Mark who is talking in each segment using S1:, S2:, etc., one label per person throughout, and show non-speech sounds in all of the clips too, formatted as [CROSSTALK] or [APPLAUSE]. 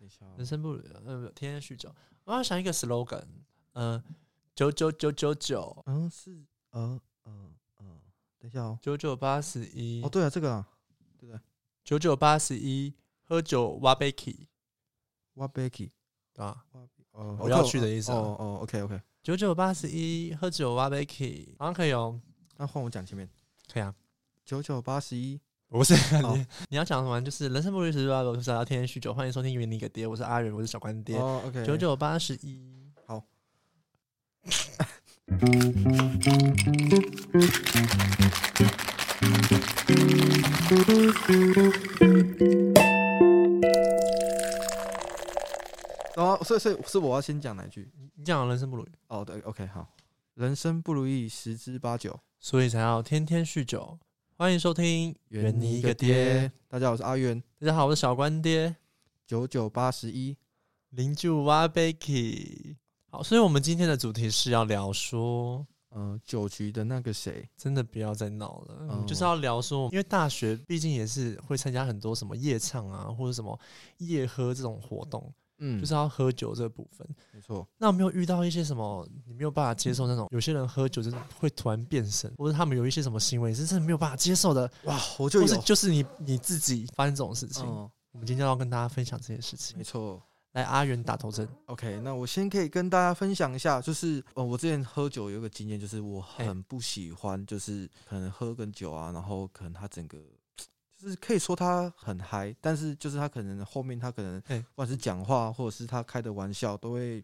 S1: 一下，哦
S2: 人生不呃天天酗酒。我要想一个 slogan，嗯，九九九九九
S1: 嗯是呃呃呃，等一下哦，
S2: 九九八十一
S1: 哦对啊这个啊
S2: 九九八十一，喝酒挖 b e k y
S1: ，What Becky
S2: 啊，
S1: 哦，
S2: 我要去的意思啊
S1: 哦哦，OK OK，
S2: 九九八十一，喝酒挖 b e k y 好像可以哦，
S1: 那换我讲前面
S2: 可以啊。
S1: 九九八十一，
S2: 不是、
S1: 哦
S2: 你，你要讲什么？就是人生不如意十之八九，就是要天天酗酒。欢迎收听《远离个爹》，我是阿仁，我是小干爹。
S1: 哦 OK，
S2: 九九八十一，
S1: 好。 [LAUGHS] 哦，所以所以是我要先讲哪一句？
S2: 你讲人生不如意，
S1: 哦，对，OK，好，人生不如意十之八九，
S2: 所以才要天天酗酒。欢迎收听《远离个爹》，。
S1: 大家好，我是阿元，
S2: 大家好，我是小关爹，
S1: 九九八十一，
S2: 零九挖 b e k y 好，所以我们今天的主题是要聊说，
S1: 呃，九局的那个谁，
S2: 真的不要再闹了，我
S1: 哦
S2: 们就是要聊说，因为大学毕竟也是会参加很多什么夜唱啊，或者什么夜喝这种活动，
S1: 嗯，
S2: 就是要喝酒这个部分。
S1: 没错，
S2: 那有没有遇到一些什么你没有办法接受那
S1: 嗯
S2: 种？有些人喝酒真的会突然变身，或者他们有一些什么行为是真的没有办法接受的，
S1: 哇，我就
S2: 或
S1: 有
S2: 是，就是你你自己发生这种事情。
S1: 嗯，
S2: 我们今天要跟大家分享这些事情
S1: 没。错。
S2: 来，阿元打头阵，
S1: OK，那我先可以跟大家分享一下，就是呃，我之前喝酒有一个经验，就是我
S2: 哎
S1: 很不喜欢，就是可能喝个酒啊，然后可能他整个就是可以说他很嗨，但是就是他可能后面他可能
S2: 哎
S1: 不管是讲话或者是他开的玩笑，都会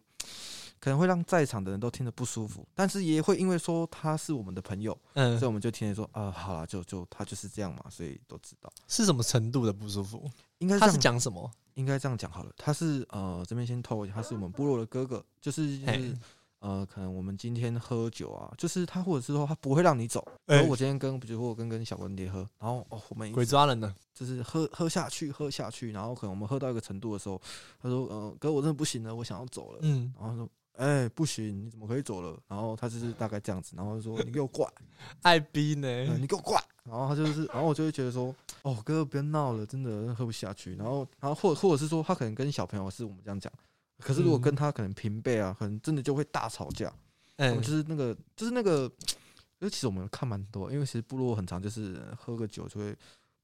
S1: 可能会让在场的人都听得不舒服，但是也会因为说他是我们的朋友，
S2: 嗯
S1: 所以，我们就听着说啊、好啦，就就他就是这样嘛，所以都知道，
S2: 是什么程度的不舒服？
S1: 应该
S2: 他
S1: 这
S2: 是
S1: 样
S2: 讲什么？
S1: 应该这样讲好了，他是呃这边先透露一下，他是我们部落的哥哥，就是就
S2: 哎
S1: 是呃可能我们今天喝酒啊，就是他或者是说他不会让你走，
S2: 哎
S1: 然后我今天跟比如说我跟跟小文蝶喝，然后哦我们一
S2: 鬼抓人呢？
S1: 就是喝喝下去喝下去，然后可能我们喝到一个程度的时候，他说呃哥我真的不行了，我想要走了，
S2: 嗯，
S1: 然后说哎、不行你怎么可以走了？然后他就是大概这样子，然后就说你给我过来。
S2: 爱逼呢？
S1: 呃你给我过来。然后他就是，然后我就会觉得说，哦，哥哥不要闹了，真的喝不下去。然后，然后或或者是说，他可能跟小朋友是我们这样讲，可是如果
S2: 嗯
S1: 跟他可能平辈啊，可能真的就会大吵架。我
S2: 嗯
S1: 们，就是那个，就是那个，因为其实我们看蛮多，因为其实部落很常就是喝个酒就会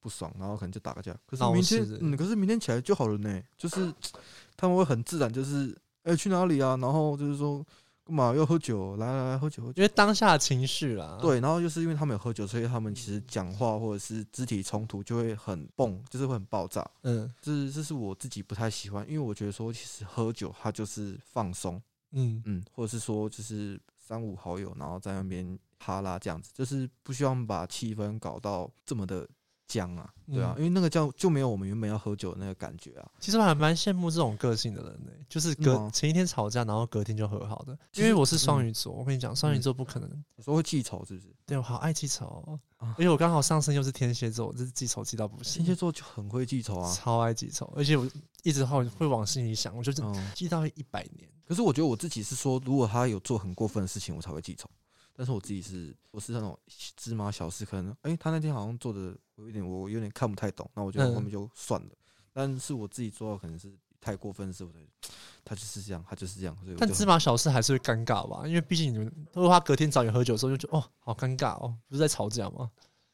S1: 不爽，然后可能就打个架。可是
S2: 闹
S1: 明
S2: 事
S1: 天
S2: 的，
S1: 嗯，可是明天起来就好了呢。就是他们会很自然，就是哎、去哪里啊？然后就是说干嘛要喝酒？来来来，喝酒喝酒。
S2: 因为当下的情绪啦，，
S1: 对，然后就是因为他们有喝酒，所以他们
S2: 嗯
S1: 其实讲话或者是肢体冲突就会很蹦，就是会很爆炸。
S2: 嗯
S1: 这这是我自己不太喜欢，因为我觉得说，其实喝酒它就是放松，
S2: 嗯，
S1: 嗯，或者是说就是三五好友，然后在那边哈拉这样子，就是不希望把气氛搞到这么的僵啊，对啊，
S2: 嗯
S1: 因为那个叫就没有我们原本要喝酒的那个感觉啊。
S2: 其实我还蛮羡慕这种个性的人呢、就是隔、
S1: 嗯哦
S2: 前一天吵架，然后隔天就和好的。
S1: 其
S2: 因
S1: 实嗯
S2: 为我是双鱼座，我跟你讲，双鱼座不可能。
S1: 有时候会记仇是不是？
S2: 对我好爱记仇哦，
S1: 啊
S2: 而且我刚好上升又是天蝎座，我这是记仇记到不行，
S1: 天蝎座就很会记仇啊，
S2: 超爱记仇，而且我一直后会往心里想，我就是
S1: 嗯。
S2: 记到一百年。
S1: 可是我觉得我自己是说，如果他有做很过分的事情，我才会记仇。但是我自己是，我是那种芝麻小事，可能哎、诶他那天好像做的我有点，我有点看不太懂，那我觉
S2: 嗯
S1: 得后面就算了。但是我自己做到可能是太过分的事，我才他就是这样，他就是这样，所以我
S2: 但
S1: 就
S2: 芝
S1: 很
S2: 麻小事还是会尴尬吧，因为毕竟你们，如果他隔天找你喝酒的时候，就觉得哦，好尴尬哦，不是在吵架吗？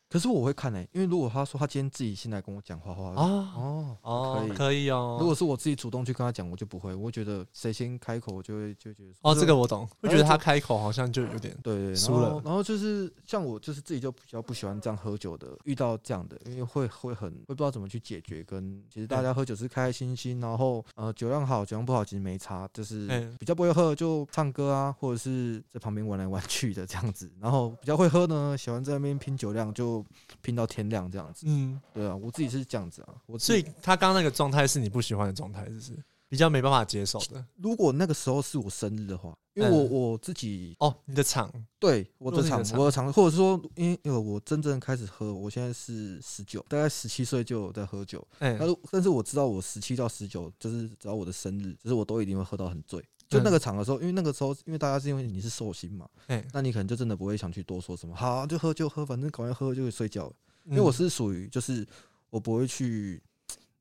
S1: 可是我会看哎、因为如果他说他今天自己先来跟我讲话的话，
S2: 啊
S1: 哦
S2: 哦，
S1: 可以
S2: 可以哦。
S1: 如果是我自己主动去跟他讲，我就不会，我会觉得谁先开口，我就会就会觉得
S2: 哦，
S1: 就
S2: 这个我懂，会觉得
S1: 哎
S2: 他
S1: 就
S2: 开口好像就有点
S1: 对对，然
S2: 输了
S1: 后然后就是像我，就是自己就比较不喜欢这样喝酒的，遇到这样的，因为会会很会不知道怎么去解决。跟其实大
S2: 嗯
S1: 家喝酒是开开心心，然后呃酒量好，酒量不好其实没差，就是
S2: 嗯
S1: 比较不会喝就唱歌啊，或者是在旁边玩来玩去的这样子。然后比较会喝呢，喜欢在那边拼酒量，就拼到天亮这样子。
S2: 嗯。
S1: 对啊，我自己是这样子啊。我自
S2: 所
S1: 己
S2: 以他刚刚那个状态是你不喜欢的状态，就是比较没办法接受的。
S1: 如果那个时候是我生日的话，因为我、
S2: 嗯
S1: 我自己
S2: 哦，你的场，
S1: 对我
S2: 如
S1: 的
S2: 果
S1: 场
S2: 是你的，场
S1: 我的场，或者说，因为因为我真正开始喝，我现在是十九，大概十七岁就有在喝酒。
S2: 哎、
S1: 但是但是我知道，我十七到十九，就是只要我的生日，就是我都一定会喝到很醉。就
S2: 嗯
S1: 那个场的时候，因为那个时候，因为大家是因为你是寿星嘛，
S2: 哎，
S1: 那你可能就真的不会想去多说什么，好啊就
S2: 嗯
S1: 喝就喝，反正赶快喝就睡觉了。
S2: 因
S1: 因为我是属于就是我不会去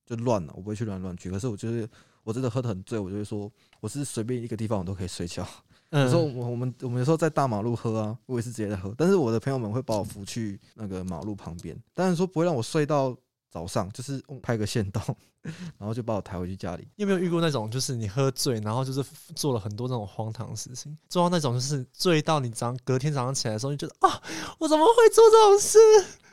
S1: 就乱了，我不会去乱乱去。可是我就是我真的喝得很醉，我就会说我是随便一个地方我都可以睡觉。有
S2: 嗯，
S1: 时候我我们我们有时候在大马路喝啊，我也是直接在喝，但是我的朋友们会把我扶去那个马路旁边，当然说不会让我睡到早上，就是拍个线道， [LAUGHS] 然后就把我抬回去家里。
S2: 你有没有遇过那种，就是你喝醉，然后就是做了很多那种荒唐的事情，做到那种就是醉到你早上隔天早上起来的时候，你觉得啊，我怎么会做这种事？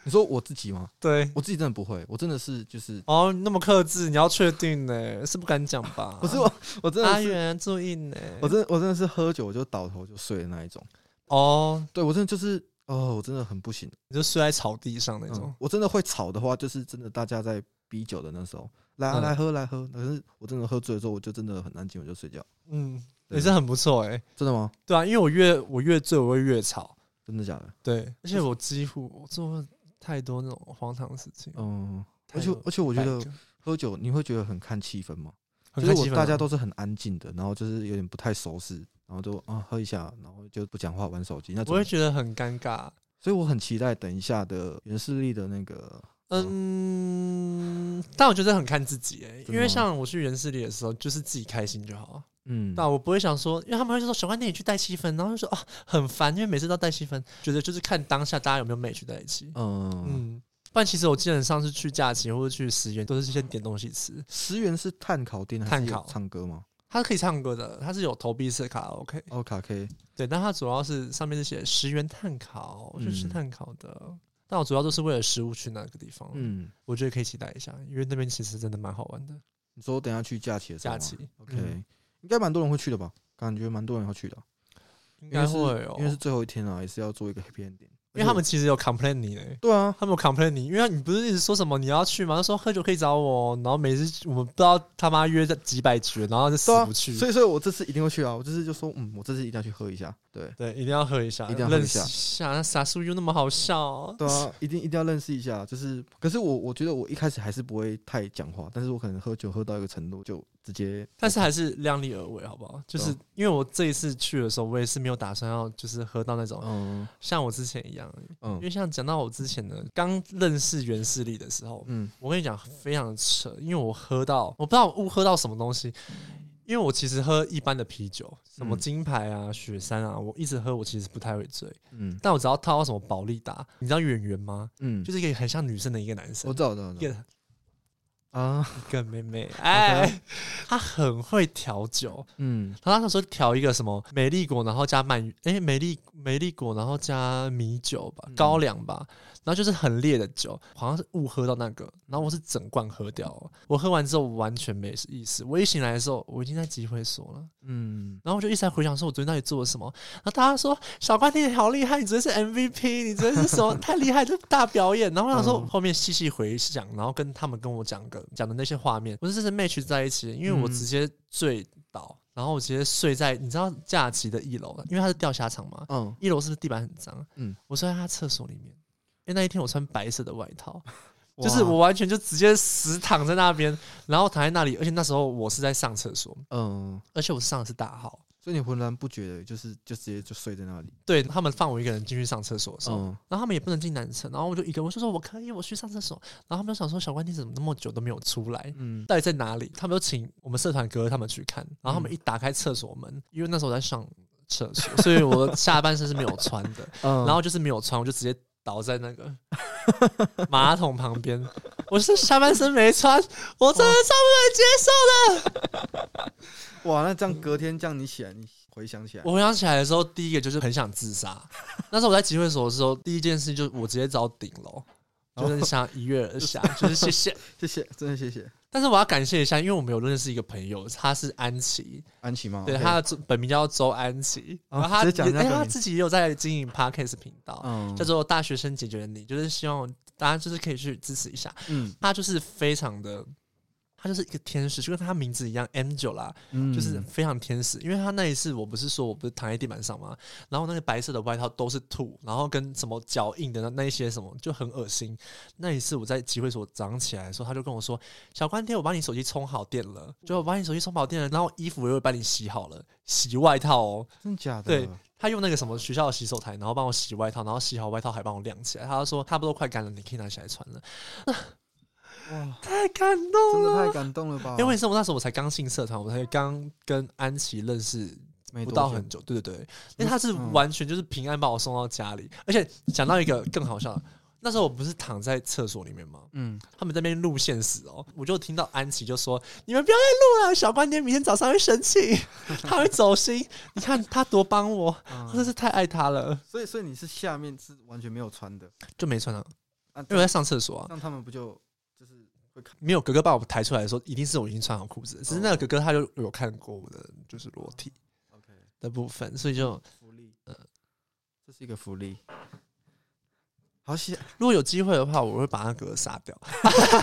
S1: 你说我自己吗？
S2: 对，
S1: 我自己真的不会，我真的是就是
S2: 哦，那么克制，你要确定呢，是不敢讲吧？
S1: 不是我，我真
S2: 阿
S1: 的是
S2: 元注意呢。
S1: 我真的我真的是喝酒我就倒头就睡的那一种。
S2: 哦，
S1: 对我真的就是哦，我真的很不行。
S2: 你就睡在草地上那种
S1: 嗯，。我真的会吵的话，就是真的大家在逼酒的那时候，来啊
S2: 嗯
S1: 来喝来喝。可是我真的喝醉了之后，我就真的很安静，我就睡觉。
S2: 嗯，
S1: 对
S2: 也是很不错哎。
S1: 真的吗？
S2: 对啊，因为我越我越醉，我会越吵。
S1: 真的假的？
S2: 对，而且我几乎我做过太多那种荒唐的事情。
S1: 嗯，
S2: 哦太
S1: 而且
S2: 多
S1: 而且我觉
S2: 百
S1: 得
S2: 个
S1: 喝酒你会觉得很看气氛吗？
S2: 很
S1: 就
S2: 看
S1: 是
S2: 气
S1: 我
S2: 氛
S1: 大
S2: 啊
S1: 家都是很安静的，然后就是有点不太熟识，然后就啊喝一下，然后就不讲话玩手机那
S2: 我
S1: 种
S2: 会。觉得很尴尬。
S1: 所以我很期待等一下的袁世力的那个
S2: 嗯，但我觉得很看自己诶、
S1: 的
S2: 因为
S1: 吗
S2: 像我去人事里的时候，就是自己开心就好啊。
S1: 嗯，
S2: 那我不会想说，因为他们会说小关电影去带气氛，然后就说啊很烦，因为每次都带气氛，觉得就是看当下大家有没有美去在一起。
S1: 嗯，
S2: 嗯，不然其实我基本上是去假期或者去十元，都是先点东西吃。
S1: 十元是碳烤店还是
S2: 碳
S1: 有
S2: 烤
S1: 唱歌
S2: [LAUGHS]
S1: 吗？
S2: 它是可以唱歌的，它是有投币式卡拉 OK，
S1: 哦，卡 K，
S2: 对，但它主要是上面是写十元碳烤，我去
S1: 嗯
S2: 吃碳烤的。但我主要都是为了食物去那个地方，嗯，
S1: 嗯，
S2: 我觉得可以期待一下，因为那边其实真的蛮好玩的。
S1: 你说等一下去假期的时候吗
S2: 假期
S1: 啊，OK，、
S2: 嗯
S1: 应该蛮多人会去的吧？感觉蛮多人要去的，
S2: 应
S1: 因
S2: 该
S1: 为是
S2: 会哦，
S1: 因为是最后一天啊，也是要做一个 happy ending，
S2: 因为他们其实有 complain 你嘞、
S1: 对啊，
S2: 他们有 complain 你，因为你不是一直说什么你要去吗？他说喝酒可以找我，然后每次我们不知道他妈约在几百局，然后就死
S1: 对啊
S2: 不去。
S1: 所以，所以我这次一定会去啊！我这次就说，嗯，我这次一定要去喝一下。对，
S2: 对，一定要喝一下，
S1: 一定要喝一
S2: 认识
S1: 下
S2: 一下。那傻叔又那么好笑、
S1: 对
S2: [LAUGHS]
S1: 啊，一定一定要认识一下。就是，可是我我觉得我一开始还是不会太讲话，但是我可能喝酒喝到一个程度就直接。
S2: 但是还是量力而为，好不好？就
S1: 对
S2: 是
S1: 啊
S2: 因为我这一次去的时候，我也是没有打算要就是喝到那种、
S1: 嗯
S2: 像我之前一样，哦因
S1: 嗯
S2: 为像讲到我之前呢，刚认识袁世力的时候，
S1: 嗯
S2: 我跟你讲，非常的扯，因为我喝到，我不知道我误喝到什么东西，因为我其实喝一般的啤酒，什么
S1: 嗯
S2: 金牌啊、雪山啊，我一直喝，我其实不太会醉，
S1: 嗯
S2: 但我只要套到什么宝利达，你知道圆圆吗？
S1: 嗯，
S2: 就是一个很像女生的一个男
S1: 我
S2: 生，
S1: 知道，我知道，我
S2: 一
S1: 知道
S2: 个
S1: 啊，
S2: 一个妹妹，哎，她很会调酒，
S1: 嗯
S2: 她那时候调一个什么美丽果，然后加鳗鱼，哎、美丽美丽果，然后加米酒吧
S1: 嗯，
S2: 高粱吧，然后就是很烈的酒，好像是误喝到那个，然后我是整罐喝掉了，我喝完之后完全没意思，我一醒来的时候，我已经在集会所了。
S1: 嗯，
S2: 然后我就一直在回想说，我昨天到底做了什么。然后大家说：“小关你好厉害，你昨天是 MVP，你昨天是什么太厉害，这大表演。”然后我想说
S1: 嗯，
S2: 后面细细回想，然后跟他们跟我讲个讲的那些画面，我是真的 match 在一起，因为我
S1: 嗯
S2: 直接醉倒，然后我直接睡在你知道假期的一楼，因为它是钓虾场嘛，
S1: 嗯，
S2: 一楼是不是地板很脏？
S1: 嗯
S2: 嗯，我睡在他厕所里面，因为那一天我穿白色的外套，
S1: 哇
S2: 就是我，完全就直接死躺在那边，然后躺在那里，而且那时候我是在上厕所，
S1: 嗯，
S2: 而且我上的是大号。
S1: 所以你浑然不觉的，就是就直接就睡在那里。
S2: 对他们放我一个人进去上厕所的时候，
S1: 嗯
S2: 然后他们也不能进男厕，然后我就一个，我就说我可以，我去上厕所。然后他们就想说，小关你怎么那么久都没有出来？
S1: 嗯
S2: 到底在哪里？他们就请我们社团哥他们去看，然后他们
S1: 嗯
S2: 一打开厕所门，因为那时候我在上厕所，所以我的下半身是没有穿的，
S1: [LAUGHS] 嗯，
S2: 然后就是没有穿，我就直接倒在那个马桶旁边，我是下半身没穿，我真的超不能接受。
S1: [LAUGHS] 哇，那这样隔天这样你起来，你回想起来，
S2: 我回想起来的时候，第一个就是很想自杀。那时候我在集会所的时候，第一件事就是我直接找顶楼，
S1: 哦
S2: 就是想一跃而下，就是谢谢。
S1: 谢谢，真的谢谢
S2: 但是我要感谢一下，因为我们有认识一个朋友，他是安琪，
S1: 安琪吗？
S2: 对
S1: 哦 OK
S2: 他的本名叫周安琪，
S1: 哦
S2: 然后他
S1: 直接讲
S2: 也
S1: 人家
S2: 哎
S1: 本
S2: 他
S1: 名
S2: 自己也有在经营 podcast 频道，
S1: 嗯
S2: 叫做“大学生解决你”，就是希望大家就是可以去支持一下。
S1: 嗯
S2: 他就是非常的，他就是一个天使，就跟他名字一样，Angela。
S1: 嗯
S2: 就是非常天使，因为他那一次我不是说我不是躺在地板上吗？然后那个白色的外套都是吐，然后跟什么脚印的那那一些什么就很恶心。那一次我在集会所早上起来的时候，他就跟我说：“小关天，我把你手机充好电了，就我把你手机充好电了，然后衣服我也帮你洗好了，洗外套哦。
S1: 真的假的？
S2: 对他用那个什么学校的洗手台，然后帮我洗外套，然后洗好外套还帮我晾起来。他就说差不多快干了，你可以拿起来穿了。
S1: 哇，
S2: [LAUGHS] 太感动
S1: 真的
S2: 了。
S1: 太感动了吧！
S2: 因为是我那时候我才刚进社团，我才刚跟安琪认识
S1: 没
S2: 不
S1: 多
S2: 到
S1: 久
S2: 很久，对对对，因为他是
S1: 嗯
S2: 完全就是平安把我送到家里，而且讲到一个更好笑的，那时候我不是躺在厕所里面吗？
S1: 嗯，
S2: 他们在那边录现实哦，我就听到安琪就说：“你们不要再录了，小关爹明天早上会生气，他会走心。你看他多帮我，我真
S1: 嗯
S2: 是太爱他了。
S1: 所以所以你是下面是完全没有穿的，”
S2: 就没穿啊，
S1: 啊，
S2: 因为我在上厕所啊，
S1: 让他们不就就是会看
S2: 没有哥哥把我抬出来的时候，一定是我已经穿好裤子了，只是
S1: 嗯
S2: 那个哥哥他就有看过我的就是裸体
S1: OK
S2: 的部分，所以就
S1: 福利
S2: 呃，
S1: 这是一个福利。好险，
S2: 如果有机会的话，我会把那哥哥杀掉，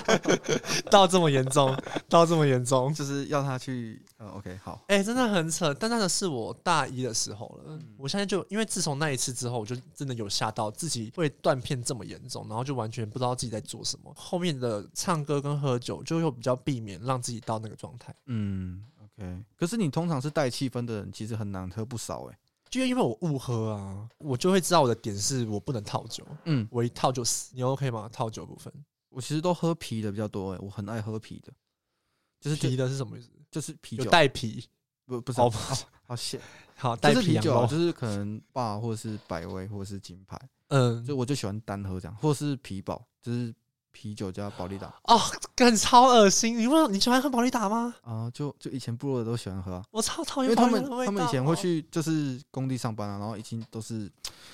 S2: [LAUGHS] 到这么严重，到这么严重，
S1: 就是要他去，嗯，OK，好，
S2: [LAUGHS] 哎、真的很扯。但那个是我大一的时候了，我现在就因为自从那一次之后，我就真的有吓到自己会断片这么严重，然后就完全不知道自己在做什么。后面的唱歌跟喝酒就又比较避免让自己到那个状态，
S1: 嗯，OK。可是你通常是带气氛的人，其实很难喝不少哎、
S2: 就因为我误喝啊，我就会知道我的点是我不能套酒，
S1: 嗯，
S2: 我一套就死。你 OK 吗？套酒部分，
S1: 我其实都喝啤的比较多哎、我很爱喝啤的，就是
S2: 啤
S1: 就
S2: 的是什么意思？
S1: 就是啤
S2: 有
S1: 酒，
S2: 带啤，
S1: 不不是，
S2: 哦
S1: 好，好险，
S2: 好带
S1: 就是
S2: 啤哦
S1: 啤酒
S2: 羊
S1: 啊，
S2: 肉，
S1: 就是可能霸或是百威或是金牌，
S2: 嗯，
S1: 就我就喜欢单喝这样，或是啤宝，就是啤酒加保利达
S2: 哦，干超恶心！你问你喜欢喝宝利达吗？
S1: 啊，就就以前部落的都喜欢喝啊，
S2: 我超讨
S1: 因
S2: 厌
S1: 为他
S2: 宝利达
S1: 们
S2: 的味
S1: 他
S2: 道。哦
S1: 们以前会去就是工地上班啊，然后已经都是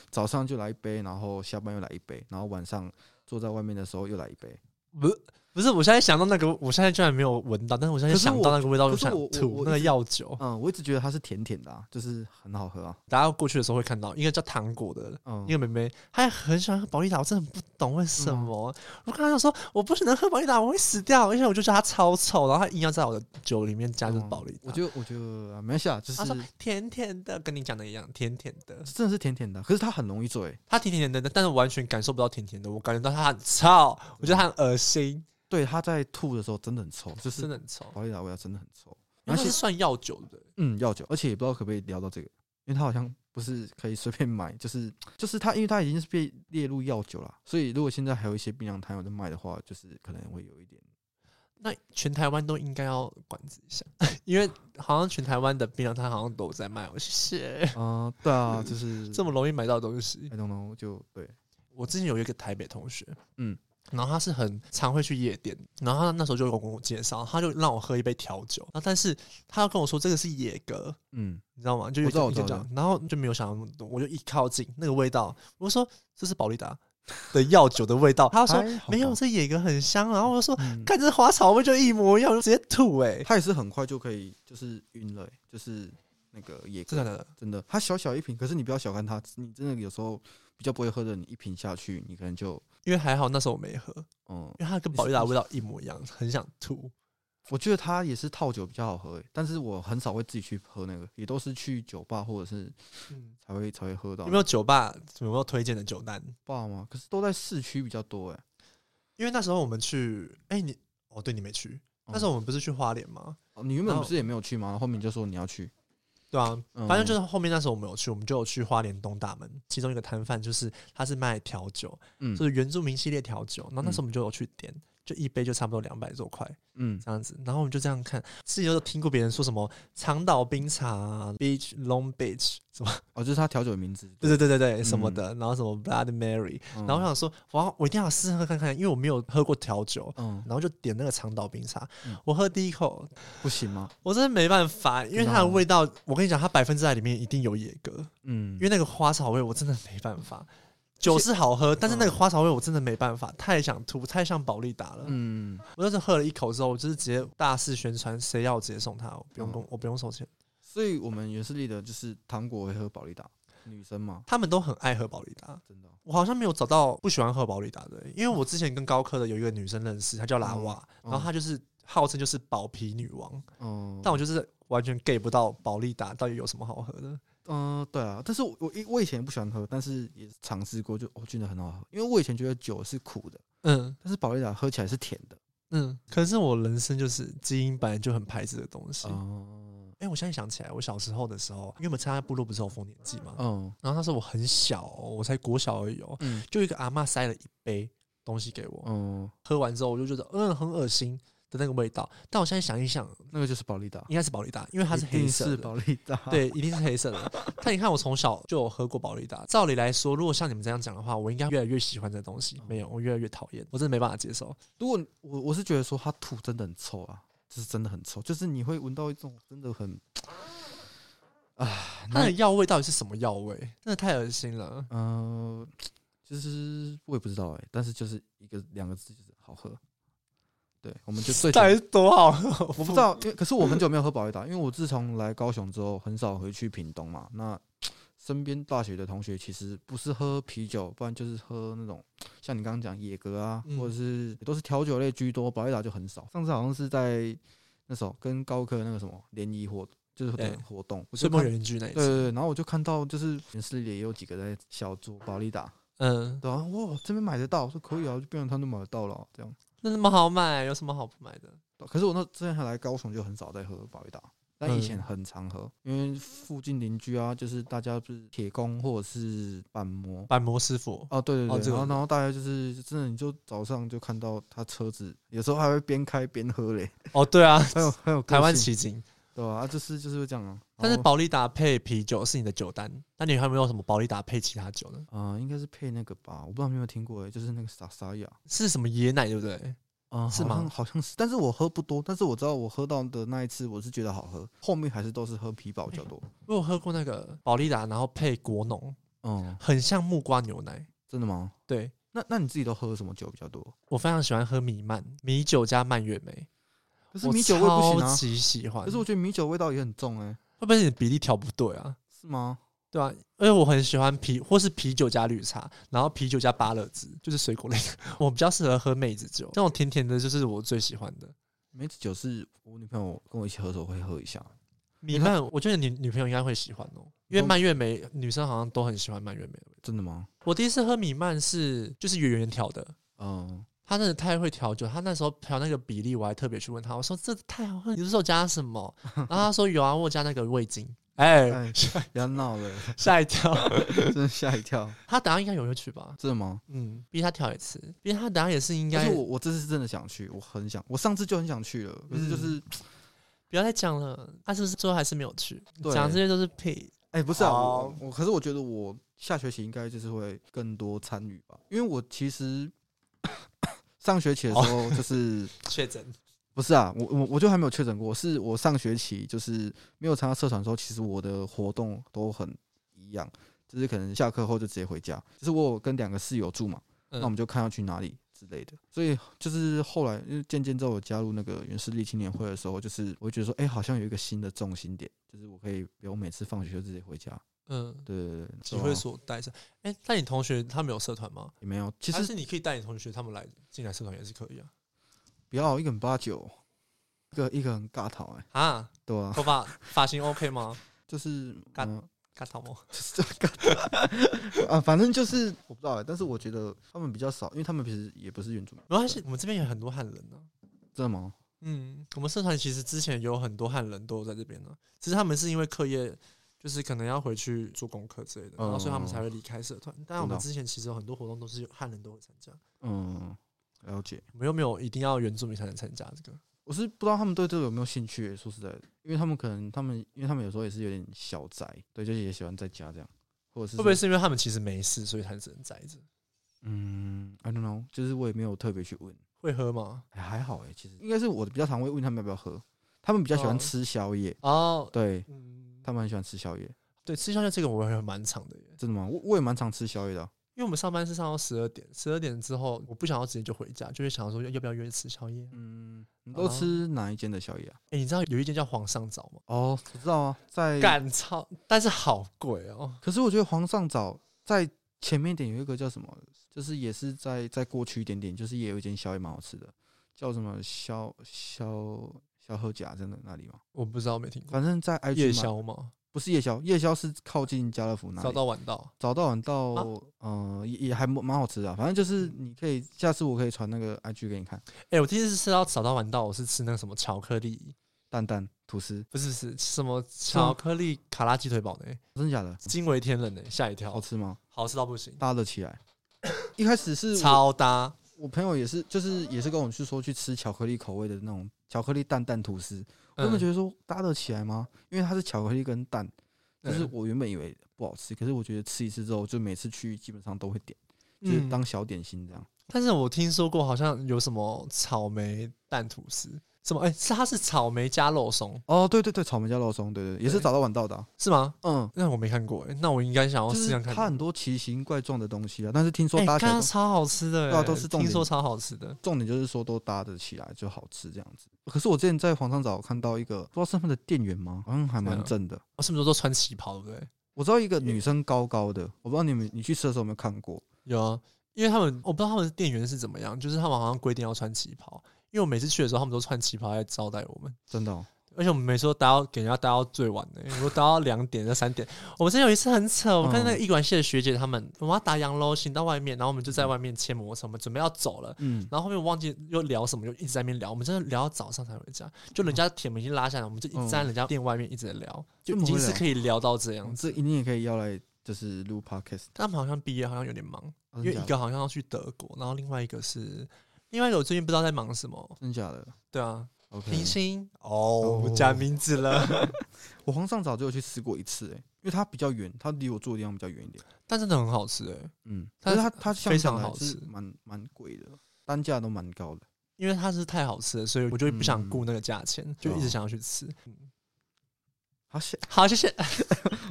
S1: 早上就来一杯，然后下班又来一杯，然后晚上坐在外面的时候又来一杯。
S2: 不是不是，我现在想到那个，我现在居然没有闻到，但是我现在
S1: 可是
S2: 想
S1: 我
S2: 到那个味道，
S1: 可
S2: 就是想
S1: 我我
S2: 吐
S1: 我
S2: 那个
S1: 一直
S2: 药酒。
S1: 嗯，我一直觉得它是甜甜的啊，就是很好喝啊。
S2: 大家过去的时候会看到一个叫糖果的。
S1: 嗯
S2: 一，个妹妹，她很喜欢喝宝利达，我真的不懂为什么。
S1: 嗯
S2: 我看她就说，我不能喝宝利达，我会死掉。而且我就觉得她超臭，然后她硬要在我的酒里面加就是
S1: 嗯
S2: 宝利达。
S1: 我觉得我觉得啊没事啊，就是
S2: 她说甜甜的，跟你讲的一样，甜甜的。
S1: 真的是甜甜的，可是它很容易醉。
S2: 它甜甜的，但是我完全感受不到甜甜的，我感觉到它很臭，我觉得它很恶心，
S1: 对，它在吐的时候真的很臭，就
S2: 真
S1: 是
S2: 的很臭。
S1: 保利达味道真的很臭。
S2: 那
S1: 而
S2: 是
S1: 且
S2: 算药酒的，
S1: 嗯，药酒，而且也不知道可不可以聊到这个，因为它好像不是可以随便买，就是就是它，因为它已经是被列入药酒了，所以如果现在还有一些槟榔摊有在卖的话，就是可能会有一点。
S2: 那全台湾都应该要管制一下， [LAUGHS] 因为好像全台湾的槟榔摊好像都有在卖，我是
S1: 啊、对啊，就是
S2: [LAUGHS] 嗯这么容易买到东西。
S1: ，I don't know，就对，
S2: 我之前有一个台北同学，嗯
S1: 嗯，
S2: 然后他是很常会去夜店，然后他那时候就有跟我介绍，他就让我喝一杯调酒，然后但是他要跟我说这个是野格，
S1: 嗯，
S2: 你知道吗？就有
S1: 我知道
S2: 一
S1: 我知
S2: 个
S1: 道
S2: 一个这样然后就没有想到那么多，我就一靠近那个味道，我说这是宝利达的药酒的味道，他说
S1: 还好
S2: 没有，
S1: 吧，
S2: 这野格很香，啊然后我就说。
S1: 嗯
S2: 看这花草味就一模一样，我就直接吐哎、欸！
S1: 它也是很快就可以就是晕了欸、就是那个野
S2: 真的
S1: 格，
S2: 假的，
S1: 真的，它小小一瓶，可是你不要小看它，你真的有时候比较不会喝的，你一瓶下去，你可能就
S2: 因为还好那时候我没喝，
S1: 嗯，
S2: 因为它跟宝利达的味道一模一样，很想吐。
S1: 我觉得它也是套酒比较好喝欸、但是我很少会自己去喝那个，也都是去酒吧或者是
S2: 嗯，
S1: 才会才会喝到。
S2: 有没有酒吧有没有推荐的酒单？
S1: 吧吗？可是都在市区比较多哎、
S2: 因为那时候我们去，哎、你哦，对你没去，那时候我们不是去花莲吗？
S1: 哦你原本
S2: 然后
S1: 不是也没有去吗？然后后面你就说你要去，
S2: 对啊，
S1: 嗯
S2: 反正就是后面那时候我们有去，我们就有去花莲东大门，其中一个摊贩就是他是卖调酒，
S1: 嗯
S2: 就是原住民系列调酒。然后那时候我们就有去点，就一杯就差不多两百多块
S1: 嗯
S2: 这样子。然后我们就这样看，之前都听过别人说什么长岛冰茶、Beach 啊 Long Beach 什么， [LAUGHS]
S1: 哦，就是他调酒的名字，
S2: 对对对对对什么的，然后什么 Blood Mary，
S1: 嗯
S2: 然后我想说，我要我一定要试喝看看，因为我没有喝过调酒。
S1: 嗯
S2: 然后就点那个长岛冰茶
S1: 嗯，
S2: 我喝第一口，
S1: 不行吗？
S2: 我真的没办法，因为它的味道，我跟你讲，它百分之百里面一定有野格，
S1: 嗯
S2: 因，为那个花草味我真的没办法。酒是好喝，但是那个花草味我真的没办法，太想吐，太像宝利达了。
S1: 嗯，
S2: 我那时候喝了一口之后，我就是直接大肆宣传，谁要我直接送他，我
S1: 嗯
S2: 不用跟、我不用收钱。
S1: 所以我们原势力的就是糖果会喝宝利达，女生嘛，
S2: 他们都很爱喝宝利达，
S1: 真的哦、
S2: 我好像没有找到不喜欢喝宝利达的，因为我之前跟高科的有一个女生认识，她叫拉瓦，
S1: 嗯嗯
S2: 然后她就是号称就是宝皮女王，
S1: 嗯，
S2: 但我就是完全 get 不到宝利达到底有什么好喝的。
S1: 嗯、对啊，但是我我我以前也不喜欢喝，但是也尝试过就，哦我觉得很好喝，因为我以前觉得酒是苦的，
S2: 嗯，
S1: 但是宝利达喝起来是甜的。
S2: 嗯，可是我人生就是基因本来就很排斥的东西。哎、
S1: 哦、
S2: 我现在想起来，我小时候的时候，因为我们参加部落不是有丰年祭嘛，
S1: 嗯
S2: 然后那时候我很小、哦，我才国小而已、哦，
S1: 嗯
S2: 就一个阿嬷塞了一杯东西给我，
S1: 嗯，
S2: 喝完之后我就觉得嗯很恶心的那个味道。但我现在想一想，
S1: 那个就是保利达，
S2: 应该是保利达，因为它是
S1: 一定
S2: 黑色
S1: 是
S2: 的。
S1: 保利达，，
S2: 对，一定是黑色的。 [LAUGHS] 但你看，我从小就有喝过保利达。照理来说，如果像你们这样讲的话，我应该越来越喜欢这东西。没有，我越来越讨厌，我真的没办法接受。
S1: 如果我我是觉得说它土真的很臭啊，这是真的很臭，就是你会闻到一种真的很，
S2: 它的药味到底是什么药味？真的太恶心了。
S1: 呃，就是我也不知道哎、但是就是一个两个字就是好喝。对，我们就最
S2: 到底是多好喝？我
S1: 我不知
S2: [LAUGHS]
S1: 道，因为可是我很久没有喝保利达，因为我自从来高雄之后，很少回去屏东嘛。那身边大学的同学其实不是喝啤酒，不然就是喝那种像你刚刚讲野格啊，
S2: 嗯
S1: 或者是都是调酒类居多，保利达就很少。上次好像是在那时候跟高科那个什么联谊活，就是
S2: 对
S1: 活动，我
S2: 睡
S1: 就
S2: 梦
S1: 看。
S2: 园区那一
S1: 对
S2: 次，
S1: 对对，然后我就看到就是全市里也有几个在小酌保利达，
S2: 嗯，
S1: 对啊，哇，这边买得到，我说可以啊，就变成他都买得到了这样。
S2: 那那么好买，有什么好不买的？
S1: 可是我那之前还来高雄就很少在喝保利达，但以
S2: 嗯
S1: 前很常喝，因为附近邻居啊，就是大家不是铁工或者是板模
S2: 板模师傅，
S1: 哦，对对对，
S2: 哦这个
S1: 然后然后大家就是真的，你就早上就看到他车子，有时候还会边开边喝嘞，
S2: 哦，对啊，
S1: 很有很有个
S2: 台湾
S1: 性
S2: 奇景。
S1: 对吧、啊？就是就是会这样啊，
S2: 但是
S1: 然后
S2: 保利达配啤酒是你的酒单，那你还有没有什么保利达配其他酒呢？
S1: 呃，应该是配那个吧，我不知道你有没有听过、欸，就是那个傻傻雅。
S2: 是什么椰奶，对不对？
S1: 啊，
S2: 哦是
S1: 好像
S2: 吗
S1: 好像是，但是我喝不多，但是我知道我喝到的那一次，我是觉得好喝，后面还是都是喝啤宝比较多。
S2: 我有喝过那个保利达，然后配果农，
S1: 嗯，
S2: 很像木瓜牛奶。
S1: 真的吗？
S2: 对
S1: 那那你自己都喝什么酒比较多？
S2: 我非常喜欢喝米曼，米酒加蔓越莓，
S1: 可是
S2: 我
S1: 米酒味不行
S2: 超
S1: 啊，
S2: 级喜欢。
S1: 可是我觉得米酒味道也很重哎、
S2: 会不会你的比例调不对啊？
S1: 是吗？
S2: 对啊，因为我很喜欢啤，或是啤酒加绿茶，然后啤酒加芭乐汁，就是水果类的。 [LAUGHS] 我比较适合喝梅子酒，那种甜甜的，就是我最喜欢的。
S1: 梅子酒是我女朋友跟我一起喝的时候会喝一下，
S2: 米曼，我觉得你女朋友应该会喜欢哦，因为蔓越莓女生好像都很喜欢蔓越莓的味道。
S1: 真的吗？
S2: 我第一次喝米曼是就是圆圆调的，
S1: 嗯，
S2: 他真的太会调酒，他那时候调那个比例，我还特别去问他，我说这太好喝，你是有加什么？然后他说有啊，我有加那个味精。
S1: [LAUGHS]
S2: 哎、
S1: 哎，不要闹了，
S2: 吓一跳！
S1: 真的吓一跳，
S2: 他等下应该有会去吧？
S1: 真的吗？
S2: 嗯，逼他调一次，逼他等下也是应
S1: 但
S2: 该
S1: 是。我我这次是真的想去，我很想，我上次就很想去了，可是就是
S2: 不要再讲了，他是不是最后还是没有去？
S1: 对
S2: 讲这些都是屁。
S1: 哎、不是啊，我
S2: 好
S1: 我可是我觉得我下学期应该就是会更多参与吧，因为我其实 [COUGHS] 上学期的时候就是、
S2: 确诊，
S1: 不是啊，我我我就还没有确诊过，是我上学期就是没有参加社团的时候，其实我的活动都很一样，就是可能下课后就直接回家，就是我有跟两个室友住嘛，
S2: 嗯
S1: 那我们就看要去哪里之类的，所以就是后来因为渐渐之后我加入那个原始力青年会的时候，就是我会觉得说，哎、好像有一个新的重心点，就是我可以不用每次放学就直接回家。
S2: 嗯，
S1: 对对对，
S2: 集
S1: 对
S2: 会
S1: 啊
S2: 所带上。哎、那你同学他们有社团吗？
S1: 也没有。其
S2: 其
S1: 实
S2: 实你可以带你同学他们来进来社团也是可以啊。
S1: 不要一个人八九，一个一个人尬讨哎、
S2: 啊，
S1: 对啊，
S2: 头发发型 OK 吗？ [LAUGHS]
S1: 就是
S2: 尬
S1: 嗯
S2: 尬头毛。
S1: 就是尬 [LAUGHS] 啊，反正就是我不知道哎、但是我觉得他们比较少，因为他们平时也不是原住民，
S2: 没关系，我们这边有很多汉人呢、
S1: 真的吗？
S2: 嗯，我们社团其实之前有很多汉人都有在这边呢、只是他们是因为课业，就是可能要回去做功课之类的，然后所以他们才会离开社团。但我
S1: 真的
S2: 们
S1: 哦
S2: 之前其实有很多活动都是有汉人都会参加，
S1: 嗯，了解。
S2: 我们又没有一定要原住民才能参加这个。
S1: 我是不知道他们对这个有没有兴趣欸、说实在的，因为他们可能他们，因为他们有时候也是有点小宅，对，就是也喜欢在家这样，或者是
S2: 会不会是因为他们其实没事，所以才只能宅着？
S1: 嗯，I don't know，就是我也没有特别去问，
S2: 会喝吗？
S1: 哎还好哎、其实应该是我比较常会问他们要不要喝，他们比较喜欢
S2: 哦
S1: 吃宵夜，
S2: 哦，
S1: 对，
S2: 嗯，
S1: 他们很喜欢吃宵夜，
S2: 对，吃宵夜这个我也蛮长的耶，
S1: 真的吗？我我也蛮常吃宵夜的啊、
S2: 因为我们上班是上到十二点，十二点之后我不想要直接就回家，就会想说要不要约吃宵夜。
S1: 嗯，你都
S2: 啊
S1: 吃哪一间的宵夜啊？
S2: 哎、你知道有一间叫皇上早吗？
S1: 哦，我知道啊，在。
S2: 干超，但是好贵哦。
S1: 可是我觉得皇上早在前面一点有一个叫什么，就是也是在在过去一点点，就是也有一间宵夜蛮好吃的，叫什么宵宵宵喝甲在那那里嘛，
S2: 我不知道，没听过。
S1: 反正在 IG
S2: 夜
S1: 嘛
S2: 宵吗？
S1: 不是夜宵，夜宵是靠近家乐福那
S2: 早
S1: 里。
S2: 到晚到。
S1: 早到晚到，
S2: 啊嗯
S1: 嗯、也也还蛮蛮好吃的啊、反正就是你可以，下次我可以传那个 IG 给你看，
S2: 哎、我第一次吃到早到晚到，我是吃那个什么巧克力，
S1: 蛋蛋吐司，
S2: 不是是什么巧克力卡拉鸡腿堡呢，
S1: 真的假的？
S2: 惊为天人呢、吓一跳
S1: 好，吃吗？ [COUGHS]
S2: 好吃到不行，
S1: 搭得起来。一开始是我
S2: 超搭。
S1: 我朋友也是，就是也是跟我去说去吃巧克力口味的那种巧克力蛋蛋吐司，我原本觉得说搭得起来吗？因为它是巧克力跟蛋，
S2: 嗯
S1: 就是我原本以为不好吃，可是我觉得吃一次之后，就每次去基本上都会点，
S2: 嗯
S1: 就是当小点心这样。
S2: 但是我听说过，好像有什么草莓蛋吐司，什么哎、是它是草莓加肉松
S1: 哦，对对对，草莓加肉松，对对，对也是
S2: 对
S1: 早到晚到的啊、
S2: 是吗？
S1: 嗯，
S2: 那我没看过哎、那我应该想要
S1: 就
S2: 试
S1: 是
S2: 试看
S1: 它
S2: 看。
S1: 很多奇形怪状的东西啊，但是听说
S2: 哎，
S1: 搭
S2: 刚
S1: 起来
S2: 刚
S1: 都，
S2: 超好吃的、哎
S1: 对啊都是重
S2: 听说
S1: 点
S2: 超好吃的。
S1: 重点就是说都搭得起来就好吃这样子。可是我之前在黄上早看到一个，不知道是他们的店员吗？好像还蛮
S2: 嗯
S1: 正的。
S2: 我是不是都穿旗袍，对不对？
S1: 我知道一个女生高高的，我不知道你们你去吃的时候有没有看过。
S2: 有啊，因为他们我不知道他们的店员是怎么样，就是他们好像规定要穿旗袍，因为我每次去的时候，他们都穿旗袍来招待我们。
S1: 真的、哦，
S2: 而且我们每次都待到给人家待到最晚的、我都待到两点到三点。我之前有一次很扯，我看
S1: 嗯
S2: 那个一管系的学姐他们，我们要打烊喽，行到外面，然后我们就在外面切摩托车，我们准备要走了。
S1: 嗯，
S2: 然后后面忘记又聊什么，就一直在那边聊。我们真的聊到早上才回家，就人家铁门已经拉下来，我们就一直在人家店外面一直在聊，就
S1: 嗯这么
S2: 已经
S1: 会
S2: 是
S1: 聊嗯
S2: 可以聊到这
S1: 我
S2: 样
S1: 们
S2: 子
S1: 这。一定也可以要来，就是录 podcast，
S2: 但他们好像毕业好像有点忙，
S1: 啊
S2: 因
S1: 真
S2: 为
S1: 假
S2: 一
S1: 的
S2: 个好像要去德国，然后另外一个是另外一个我最近不知道在忙什么。
S1: 真假的
S2: 对啊，
S1: ，OK。
S2: 平心哦，讲名字了。 [LAUGHS]
S1: 我皇上早就有去吃过一次、欸，因为它比较远，它离我住的地方比较远一点。
S2: 但真的很好吃哎、
S1: 嗯，但
S2: 它
S1: 是它它像
S2: 非常
S1: 讲的
S2: 好
S1: 是
S2: 吃
S1: 蛮蛮贵的，单价都蛮高的。
S2: 因为它是太好吃了，所以我就不
S1: 嗯
S2: 想顾那个价钱，就
S1: 啊
S2: 一直想要去吃。嗯
S1: 好，
S2: [LAUGHS]
S1: 谢
S2: 好，谢谢。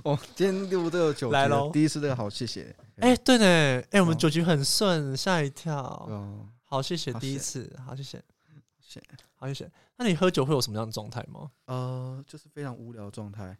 S1: 哦，今天录这个酒
S2: 来
S1: 局了
S2: 咯
S1: 第一次这个好，谢谢。
S2: 哎、对呢，哎、我
S1: 好
S2: 们酒局很顺，吓一跳。
S1: 哦，
S2: 好，谢谢
S1: 好
S2: 第一
S1: 谢
S2: 次，好谢谢，
S1: 谢谢。
S2: 好谢谢。那你喝酒会有什么样的状态吗？
S1: 呃，就是非常无聊的状态。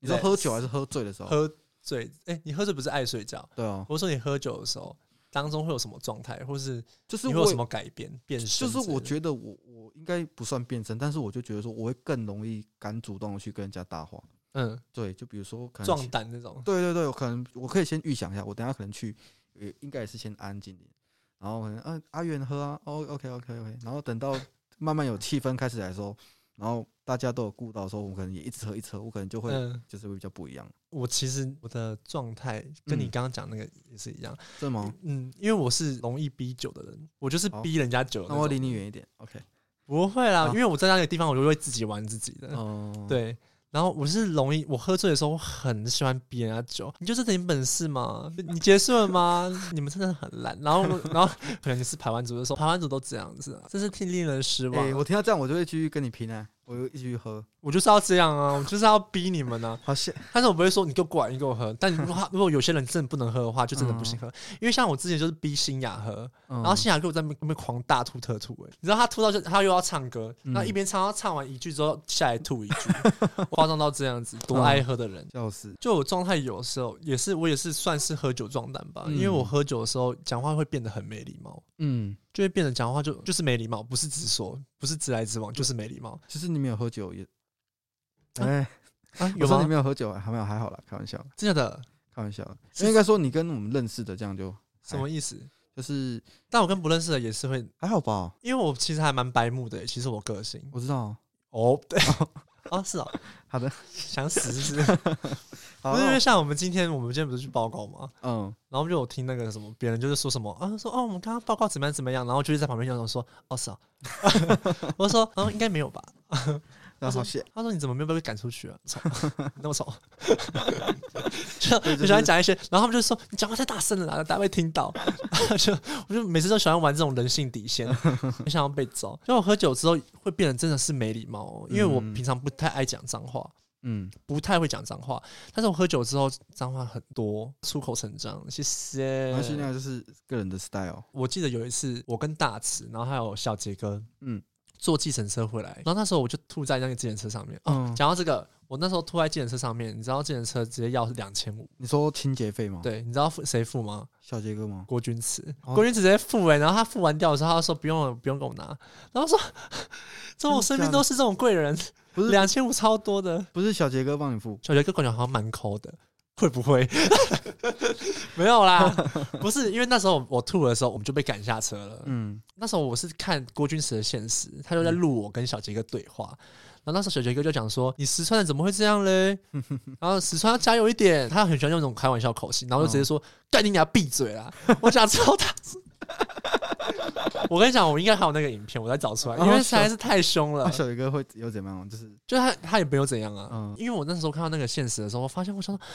S1: 你说
S2: Yes
S1: 喝酒还是喝醉的时候？
S2: 喝醉，哎、你喝醉不是爱睡觉？
S1: 对啊，
S2: 我说你喝酒的时候，当中会有什么状态，或是
S1: 就是
S2: 你会有
S1: 我
S2: 什么改变、变
S1: 就
S2: 身之
S1: 是
S2: 类的？
S1: 我觉得我我应该不算变身，但是我就觉得说我会更容易敢主动的去跟人家搭话。
S2: 嗯，
S1: 对，就比如说可能
S2: 壮胆那种。
S1: 对对对，我可能我可以先预想一下，我等一下可能去，也应该也是先安静点，然后可能嗯、阿元喝啊，哦 OK OK OK，然后等
S2: [LAUGHS]
S1: 到慢慢有气氛开始来的时候，然后大家都有顾到的时候，我可能也一直喝一直喝，我可能就会、
S2: 嗯，
S1: 就是会比较不一样，
S2: 我其实我的状态跟你
S1: 嗯
S2: 刚刚讲那个也是一样。
S1: 真的吗？
S2: 嗯，因为我是容易逼酒的人，我就是
S1: 好
S2: 逼人家酒的
S1: 那
S2: 哦那
S1: 我
S2: 种
S1: 离
S2: 人。
S1: 你远一点，OK，
S2: 不会啦，
S1: 啊
S2: 因为我在那个地方，我就会自己玩自己的。
S1: 哦、，
S2: 嗯对，然后我是容易，我喝醉的时候，我很喜欢逼人家酒。你就是点本事嘛，你结束了吗？ [LAUGHS] 你们真的很烂。然后我， [LAUGHS] 然后可能你是排湾族的时候，排湾族都这样子、啊，真是挺令人失望
S1: 哎、
S2: 啊、
S1: 我
S2: 我
S1: 听到这样，我就会继续跟你拼啊，我就一继续喝，
S2: 我就是要这样啊，我就是要逼你们啊。
S1: 好谢，
S2: 但是我不会说你给我过来，你给我喝。但
S1: [LAUGHS]
S2: 如果他如果有些人真的不能喝的话，就真的不行喝。
S1: 嗯
S2: 因为像我之前就是逼新雅喝，
S1: 然
S2: 然后新雅给我在那边那边狂大吐特吐、欸，你知道他吐到就他又要唱歌，
S1: 嗯
S2: 然后一边唱，他唱完一句之后
S1: [LAUGHS]
S2: 下来吐一句，夸张到这样子，多爱喝的人。
S1: 笑死，
S2: 就我状态有时候也是，我也是算是喝酒壮胆吧，
S1: 嗯
S2: 因为我喝酒的时候讲话会变得很没礼貌，
S1: 嗯，
S2: 就会变得讲话就就是没礼貌，不是直说，不是直来直往，就是没礼貌
S1: 其实你没有喝酒也，
S2: 啊
S1: 哎、
S2: 啊？
S1: 我
S2: 有
S1: 说
S2: 吗
S1: 你？哎没有喝酒，还没有还好啦，开玩笑，
S2: 真的假的
S1: 开玩笑，
S2: 是
S1: 应该说你跟我们认识的这样就
S2: 什么意思？
S1: 就是
S2: 但我跟不认识的也是会，
S1: 还好吧，
S2: 因为我其实还蛮白目的欸、其实我个性
S1: 我知道。
S2: 哦，对 [LAUGHS] 哦，是哦，
S1: 好的，
S2: 想死是不是？
S1: [LAUGHS] 好
S2: 不是因为像我们今天，我们今天不是去报告吗？
S1: 嗯，
S2: 然后我们就有听那个什么，别人就是说什么啊，说哦，我们刚刚报告怎么样怎么样，然后就是在旁边就想说，哦 [LAUGHS] 是啊，我说嗯、应该没有吧。
S1: 然
S2: 是
S1: 后谢，
S2: 他说你怎么没有被赶出去
S1: [LAUGHS]
S2: 啊？吵，那么吵，就
S1: 对
S2: 就喜欢讲一些，然后他们就说你讲话太大声了啦，大家会
S1: [LAUGHS]
S2: 听到。就我就每次都喜欢玩这种人性底线，很想要被揍。因为我喝酒之后会变得真的是没礼貌、哦，因为我
S1: 嗯
S2: 平常不太爱讲脏话。
S1: 嗯，
S2: 不太会讲脏话，但是我喝酒之后脏话很多，出口成章。谢谢
S1: 然。后现在啊就是个人的 style，
S2: 我记得有一次，我跟大池，然后还有小杰哥，嗯
S1: 嗯，
S2: 坐计程车回来，然后那时候我就吐在那个计程车上面。哦，
S1: 嗯，
S2: 讲到这个，我那时候吐在计程车上面，你知道计程车直接要是两千五，
S1: 你说清洁费吗？，
S2: 对，你知道付谁付吗？
S1: 小杰哥吗？
S2: 郭君慈，
S1: 哦
S2: 郭君慈直接付哎、然后他付完掉的时候，他说不用了，不用给我拿，然后我说，怎么我身边都是这种贵人，
S1: 不是，
S2: 两千五超多的。
S1: 不是小杰哥帮你付，
S2: 小杰哥感觉好像蛮抠的，会不会？ [LAUGHS] 没有啦，不是，因为那时候我吐的时候，我们就被赶下车了。
S1: 嗯，
S2: 那时候我是看郭君池的现实，他就在录我跟小杰哥对话。然后那时候小杰哥就讲说：“你石川人怎么会这样嘞？”然后石川要加油一点，他很喜欢哦 [LAUGHS] 用那种开玩笑口气，然后就直接说：“干你娘，闭嘴啦！”我讲超大声，我跟你讲，我应该还有那个影片，我再找出来，因为实哦在是太凶了
S1: 那。啊小宇哥会有怎么样？就是
S2: 就他他也没有怎样啊，
S1: 嗯
S2: 因为我那时候看到那个现实的时候，我发现我想说，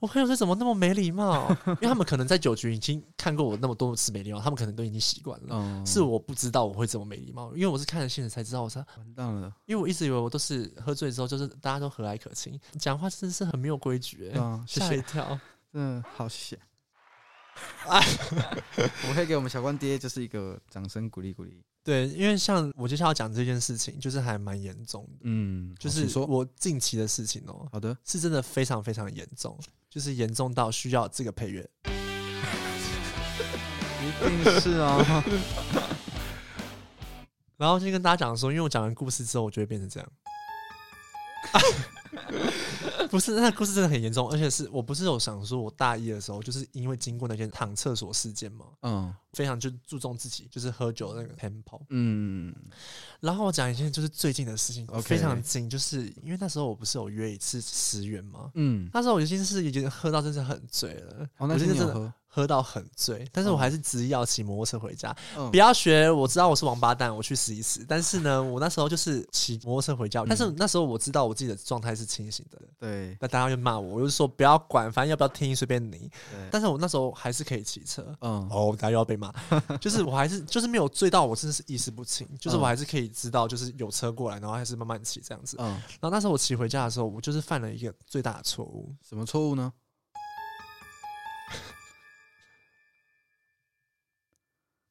S2: 我朋友是怎么那么没礼貌？因为他们可能在酒局已经看过我那么多次没礼貌，他们可能都已经习惯了。
S1: 嗯，
S2: 是我不知道我会这么没礼貌，因为我是看了现实才知道，我说，
S1: 完蛋了，
S2: 因为我一直以为我都是喝醉之后就是大家都和蔼可亲，讲话真的是很没有规矩、欸，
S1: 嗯，谢
S2: 吓、一
S1: 谢，
S2: 跳。
S1: 嗯，好， [LAUGHS] 谢谢。哎 [LAUGHS] 我们可以给我们小关爹就是一个掌声鼓励鼓励。
S2: 对，因为像我接下来要讲这件事情，就是还蛮严重的，
S1: 嗯，
S2: 就
S1: 好请
S2: 是
S1: 说
S2: 我近期的事情哦、
S1: 好的，
S2: 是真的非常非常严重，就是严重到需要这个配乐。
S1: 一定是啊。
S2: 然后先跟大家讲说，因为我讲完故事之后，我就会变成这样。 [LAUGHS] 不是，那故事真的很严重，而且是我不是有想说，我大一的时候就是因为经过那些躺厕所事件嘛，
S1: 嗯
S2: 非常就注重自己就是喝酒的那个 tempo。
S1: 嗯
S2: 然后我讲一件就是最近的事情
S1: OK
S2: 非常近，就是因为那时候我不是有约一次十元吗？
S1: 嗯，
S2: 那时候我已经是已经喝到真是很醉了，
S1: 哦，
S2: 我
S1: 那
S2: 真
S1: 天
S2: 的
S1: 你
S2: 真
S1: 有
S2: 的
S1: 喝？
S2: 喝到很醉，但是我还是执意要骑摩托车回家，
S1: 嗯
S2: 不要学，我知道我是王八蛋，我去死一死。但是 [LAUGHS] 呢，我那时候就是骑摩托车回家，但是那时候我知道我自己的状态是清醒的，
S1: 对
S2: 那大家就骂我，我就说不要管，反正要不要听随便你。
S1: 对，
S2: 但是我那时候还是可以骑车。
S1: 嗯
S2: 哦，大家又要 [LAUGHS] 被骂，就是我还是就是没有醉到，我真的是意识不清，就是我还是可以知道，就是有车过来，然后还是慢慢骑这样子。
S1: 嗯，
S2: 然后那时候我骑回家的时候，我就是犯了一个最大的错误，
S1: 什么错误呢？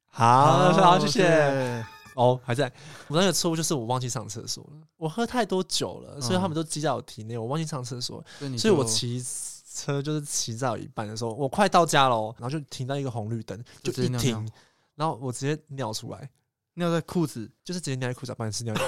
S2: 好，好，谢谢。
S1: 谢。
S2: 哦，还在。我那个错误就是我忘记上厕所了，我喝太多酒了，所以他们都积在我体内，我忘记上厕所，
S1: 所以嗯你
S2: 所以我
S1: 就
S2: 骑车就是骑到一半的时候，我快到家了哦，然后就停到一个红绿灯，就
S1: 就直接
S2: 一
S1: 尿
S2: 停
S1: 尿，
S2: 然后我直接尿出来，
S1: 尿在裤子，
S2: 就是直接尿在裤子，不然是尿尿。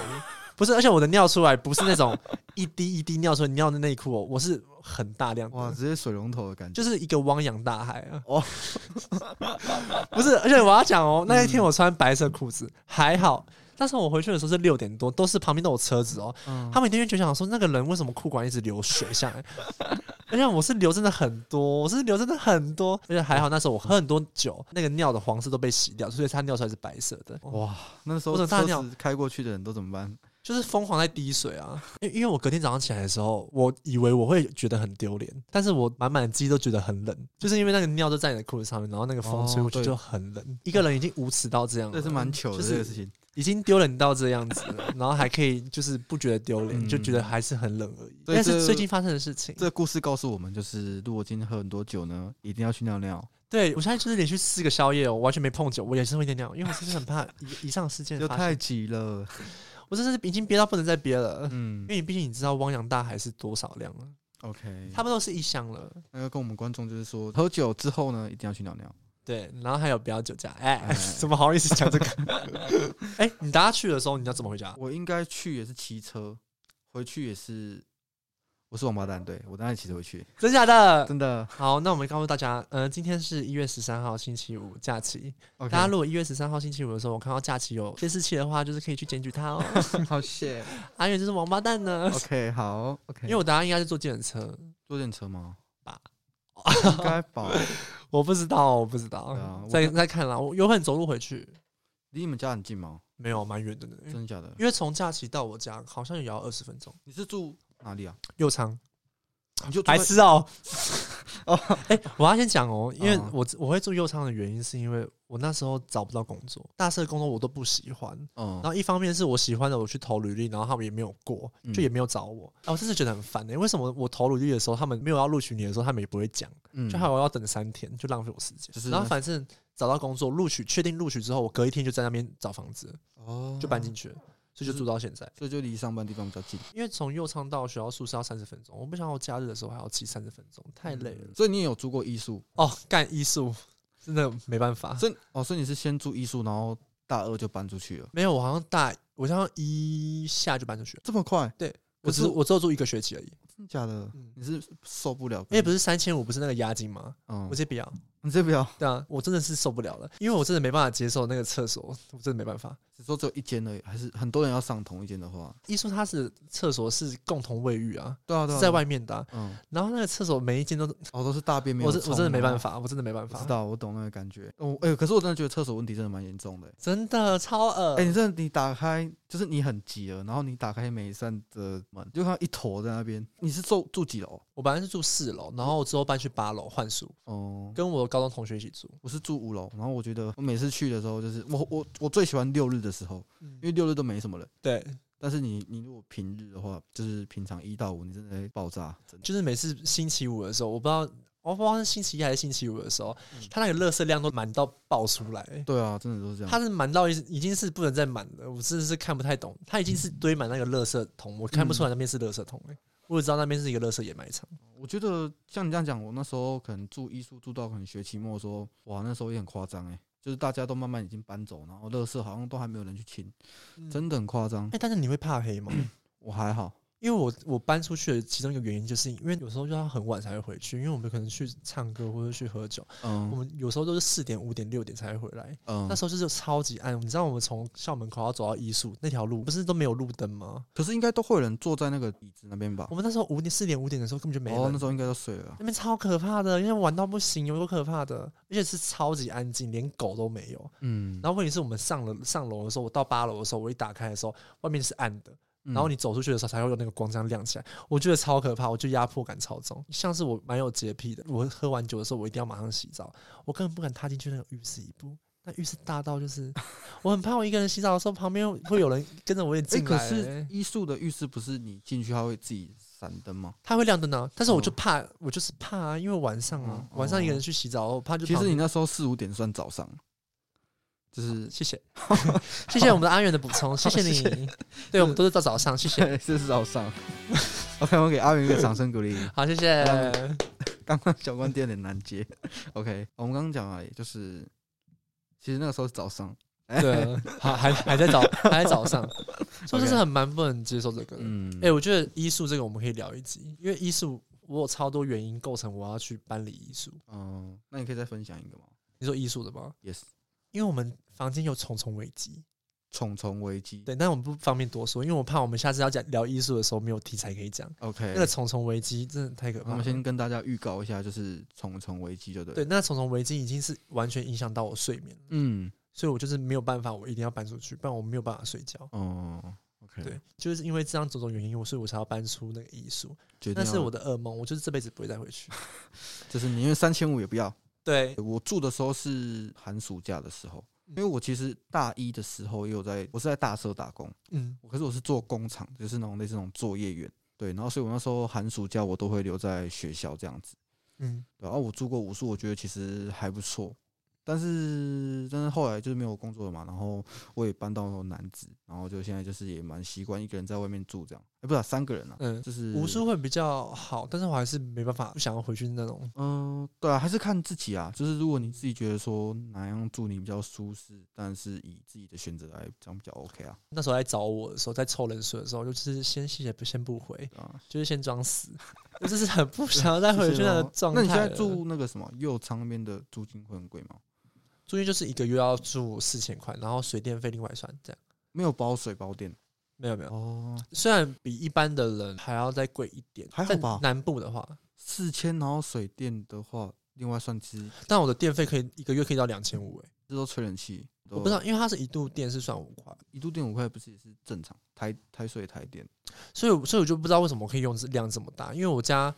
S2: 不是，而且我的尿出来不是那种 [LAUGHS] 一滴一滴尿出来，尿在内裤哦，我是很大量的
S1: 哇，直接水龙头的感觉。
S2: 就是一个汪洋大海啊！
S1: 哦
S2: 哦， [LAUGHS] 不是，而且我要讲哦，那一天我穿白色裤子、还好，但是我回去的时候是六点多，都是旁边都有车子哦。
S1: 嗯
S2: 他们一定会觉得想说，那个人为什么裤管一直流水下来？ [LAUGHS] 而且我是流真的很多，我是流真的很多，而且还好那时候我喝很多酒，那个尿的黄色都被洗掉，所以它尿出来是白色的。哇，
S1: 哇，那时候
S2: 我怎么大
S1: 车
S2: 尿
S1: 子开过去的人都怎么办？
S2: 就是疯狂在滴水啊！因为因为我隔天早上起来的时候，我以为我会觉得很丢脸，但是我满满鸡都觉得很冷，就是因为那个尿都在你的裤子上面，然后那个风吹过
S1: 哦
S2: 去
S1: 对
S2: 就很冷。一个人已经无耻到这样了，
S1: 这是蛮糗的
S2: 就
S1: 这个
S2: 是
S1: 事情。
S2: 已经丢脸到这样子了，然后还可以就是不觉得丢脸，
S1: 嗯
S2: 就觉得还是很冷而已。
S1: 对
S2: 但
S1: 这
S2: 是最近发生的事情，
S1: 这个故事告诉我们，就是如果今天喝很多酒呢，一定要去尿尿，
S2: 对我现在就是连续四个宵夜哦，我完全没碰酒，我也是会尿尿，因为我真是很怕 [LAUGHS] 以以上事件
S1: 就
S2: 发生
S1: 太，急了。
S2: 我真的是已经憋到不能再憋了。
S1: 嗯
S2: 因为你毕竟你知道汪洋大海是多少量了，
S1: ，OK，
S2: 差不多是一箱了。
S1: 那要跟我们观众就是说，喝酒之后呢，一定要去尿尿。
S2: 对，然后还有不要酒驾，哎、
S1: 哎
S2: 怎么好意思
S1: [LAUGHS]
S2: 讲这个？哎、你大家去的时候，你要怎么回家？
S1: 我应该去也是骑车，回去也是，我是王八蛋，对我当然骑车回去，
S2: 真假的？
S1: 真的。
S2: 好，那我们告诉大家，呃，今天是一月十三号星期五假期。
S1: OK，
S2: 大家如果一月十三号星期五的时候，我看到假期有监视器的话，就是可以去检举
S1: [LAUGHS]
S2: 他哦。
S1: 好谢。
S2: 阿远就是王八蛋呢，
S1: OK，好，OK，
S2: 因为我等下应该是坐计程车，
S1: 坐电车吗？
S2: 吧，
S1: 应该吧。
S2: 我不知道，我不知道，
S1: 对啊我
S2: 再
S1: 看
S2: 再看啦。我有可能走路回去，
S1: 离你们家很近吗？
S2: 没有，蛮远的呢。
S1: 真的假的？
S2: 嗯因为从假期到我家好像也要二十分钟，
S1: 你是住哪里啊？
S2: 右仓。
S1: 你就住
S2: 白
S1: 在
S2: 痴哦！ [LAUGHS] 哦，哎，我要先讲哦，因为
S1: 嗯
S2: 我我会做右仓的原因，是因为我那时候找不到工作，大四的工作我都不喜欢。
S1: 嗯
S2: 然，后一方面是我喜欢的，我去投履历，然后他们也没有过，
S1: 嗯
S2: 就也没有找我。啊，我真是觉得很烦哎，为什么我投履历的时候，他们没有要录取你的时候，他们也不会讲，
S1: 嗯
S2: 就害我要等三天，就浪费我时间。
S1: 就是
S2: 然后反正找到工作，录取确定录取之后，我隔一天就在那边找房子，
S1: 哦
S2: 就搬进去了，所
S1: 嗯
S2: 以就住到现在。
S1: 所以就离上班地方比较近，
S2: 因为从右仓到学校宿舍要三十分钟，我不想我假日的时候还要骑三十分钟，太累了。
S1: 嗯所以你也有住过艺术，
S2: 哦，干医术真的没办法。
S1: 所以哦，所以你是先住艺术，然后大二就搬出去了，
S2: 没有，我好像大，我好像一下就搬出去了。
S1: 这么快？
S2: 我只
S1: 我
S2: 我只有住一个学期而已，
S1: 真的假的
S2: 嗯？哎
S1: 你是受不了？
S2: 因为不
S1: 是，
S2: 是三千五，不是那个押金吗？
S1: 嗯
S2: 我直接不要，
S1: 你这表
S2: 对啊，我真的是受不了了，因为我真的没办法接受那个厕所，我真的没办法。
S1: 只说只有一间而已，还是很多人要上同一间的话，
S2: 一说它是厕所是共同卫浴啊，
S1: 对啊对啊，
S2: 是在，外面的啊、
S1: 嗯，
S2: 然后那个厕所每一间都，
S1: 哦都是大便没有
S2: 我
S1: 冲
S2: 真
S1: 啊，
S2: 我真的没办法，我真的没办
S1: 我
S2: 法
S1: 知，道，我懂那个感觉。哦，哎、可是我真的觉得厕所问题真的蛮严重的、
S2: 真的超恶
S1: 哎、你真的你打开，就是你很急了，然后你打开每一扇的门，就看到一坨在那边。你是住住几楼？
S2: 我本来是住四楼，然后之后搬去八楼换宿，
S1: 哦、
S2: 跟我高中同学一起住。
S1: 我是住五楼。然后我觉得我每次去的时候，就是我我我最喜欢六日的时候，因为六日都没什么人。
S2: 对，
S1: 但是你你如果平日的话，就是平常一到五，你真的会爆炸，真的。
S2: 就是每次星期五的时候，我不知道，我不知道是星期一还是星期五的时候，
S1: 嗯
S2: 他那个垃圾量都满到爆出来，
S1: 对啊，真的都是这
S2: 他
S1: 样。
S2: 是满到已已经是不能再满了，我真的是看不太懂，他已经是堆满那个垃圾桶，我看不出来那边是垃圾桶、欸，我只知道那边是一个垃圾掩埋场。
S1: 我觉得像你这样讲，我那时候可能住艺术住到可能学期末的时候，哇，那时候也很夸张哎，就是大家都慢慢已经搬走，然后垃圾好像都还没有人去清，真的很夸张
S2: 哎、。但是你会怕黑吗？
S1: 我还好，
S2: 嗯因为我我搬出去的其中一个原因，就是因为有时候就要很晚才会回去，因为我们可能去唱歌或者去喝酒，我
S1: 嗯
S2: 们有时候都是四点、五点、六点才会回来。
S1: 嗯
S2: 那。时候就是超级暗，你知道我们从校门口要走到艺术那条路，不是都没有路灯吗？
S1: 可是应该都会有人坐在那个椅子那边吧
S2: 我？们那时候五点、四点、五点的时候根本就没人，
S1: 哦，那时候应该都睡了啊。
S2: 那边超可怕的，因为玩到不行，有多可怕的，而且是超级安静，连狗都没有。
S1: 嗯，
S2: 然后问题是我们上了上楼的时候，我到八楼的时候，我一打开的时候，外面是暗的，
S1: 嗯
S2: 然后你走出去的时候才会有那个光这样亮起来，我觉得超可怕，我觉得压迫感超重。像是我蛮有洁癖的，我喝完酒的时候我一定要马上洗澡，我根本不敢踏进去那个浴室一步。那浴室大到就是， [LAUGHS] 我很怕我一个人洗澡的时候旁边会有人跟着我也
S1: 哎，
S2: 进来、欸
S1: 可是医术的浴室不是你进去它会自己闪灯吗？
S2: 它会亮灯啊，但是我就
S1: 哦
S2: 怕，我就是怕啊，因为晚上啊，
S1: 嗯
S2: 晚上一个
S1: 哦
S2: 人去洗澡，我怕就
S1: 其
S2: 旁
S1: 实
S2: 边
S1: 你那时候四五点算早上，
S2: [LAUGHS]
S1: 就是 [LAUGHS]
S2: 谢谢，谢谢我们的阿远的补充，谢谢
S1: 哦谢谢
S2: 你。对，我们都是到早上，谢谢。
S1: 对，这是早上。OK，我给阿元一个掌声鼓励。
S2: 好，谢谢。
S1: 嗯刚刚小关店有点难接。OK，我们刚刚讲啊，就是其实那个时候是早上，
S2: 对，还还还在早，还在早上，所以就是很蛮不能接受这个的。
S1: 嗯，
S2: 哎、我觉得医术这个我们可以聊一集，因为医术我有超多原因构成我要去搬离医术。
S1: 嗯，那你可以再分享一个吗
S2: 你说医术的吗？
S1: ？Yes，
S2: 因为我们房间有重重危机，
S1: 重重危机。
S2: 对，但我们不方便多说，因为我怕我们下次要讲聊医术的时候没有题材可以讲。
S1: OK，
S2: 那个重重危机真的太可
S1: 那
S2: 怕
S1: 我
S2: 了
S1: 们。先跟大家预告一下，就是重重危机，就对。
S2: 对，，那重重危机已经是完全影响到我睡眠了。
S1: 嗯，
S2: 所以我就是没有办法，我一定要搬出去，不然我没有办法睡觉。
S1: 哦，OK，
S2: 对，，就是因为这样种种原因，我所以我才要搬出那个艺术。
S1: 决定
S2: 那
S1: 要
S2: 是我，的噩梦，我就是这辈子不会再
S1: [LAUGHS]
S2: 回去。
S1: 就是宁愿三千五也不要。
S2: 对，
S1: 我住的时候是寒暑假的时候，
S2: 嗯
S1: 因为我其实大一的时候也有在，我是在大社打工，
S2: 嗯，
S1: 可是我是做工厂，就是那种类似那种作业员。对，然后所以我那时候寒暑假我都会留在学校这样子。
S2: 嗯，
S1: 对，然啊后我住过武术，我觉得其实还不错，但是但是后来就是没有工作了嘛，然后我也搬到南子，然后就现在就是也蛮习惯一个人在外面住这样，哎、不是啊、三个人啊，
S2: 嗯
S1: 就是
S2: 武术会比较好，但是我还是没办法，不想要回去那种。
S1: 嗯、对啊，还是看自己啊。就是如果你自己觉得说哪样住你比较舒适，但是以自己的选择来讲比较 OK 啊，
S2: 那时候来找我的时候，在抽冷水的时候，就是先谢谢不先不回，
S1: 对啊。
S2: 就是先装死， [LAUGHS] 我就是很不想要再回去那个状态
S1: 哦那你
S2: 了。
S1: 现在住那个什么右仓那边的租金会很贵吗？
S2: 租金就是一个月要住四千块，然后水电费另外算，这样
S1: 没有包水包电
S2: 没有没有。
S1: 哦，
S2: 虽然比一般的人还要再贵一点，
S1: 还好
S2: 在
S1: 吧
S2: 南部的话，
S1: 四千，然后水电的话，另外算其实
S2: 但我的电费可以一个月可以到两千五，哎，
S1: 这都吹冷气，
S2: 我
S1: 我
S2: 不知道，因为它是一度电是算五块，
S1: 一度电五块不是也是正常，台台水台电，
S2: 所以我所以我就不知道为什么可以用这量这么大，因为我家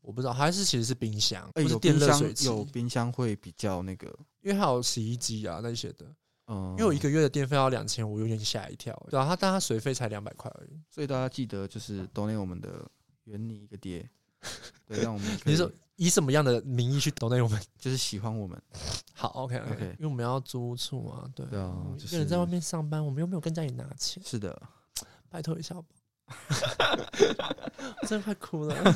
S2: 我不知道还是其实是冰箱，
S1: 哎、
S2: 不是
S1: 有
S2: 电
S1: 冰
S2: 热
S1: 箱
S2: 水器，
S1: 有冰箱会比较那个，
S2: 因为还有洗衣机啊那些的，
S1: 嗯，
S2: 因为我一个月的电费要两千五，有点吓一跳，对啊，它但它水费才两百块而已。
S1: 所以大家记得就是
S2: 啊
S1: 多 o 我们的圆你一个
S2: [LAUGHS]
S1: 爹，对，让我们可以
S2: 你说以什么样的名义去投内我们？
S1: 就是喜欢我们，
S2: 好，OK OK，,
S1: OK
S2: 因为我们要租处嘛，对，
S1: 对啊
S2: 我们
S1: 就
S2: 一个人在
S1: 是
S2: 外面上班，我们又没有跟家里拿钱，
S1: 是的，
S2: 拜托一下吧，
S1: [LAUGHS]
S2: 我真的快哭了。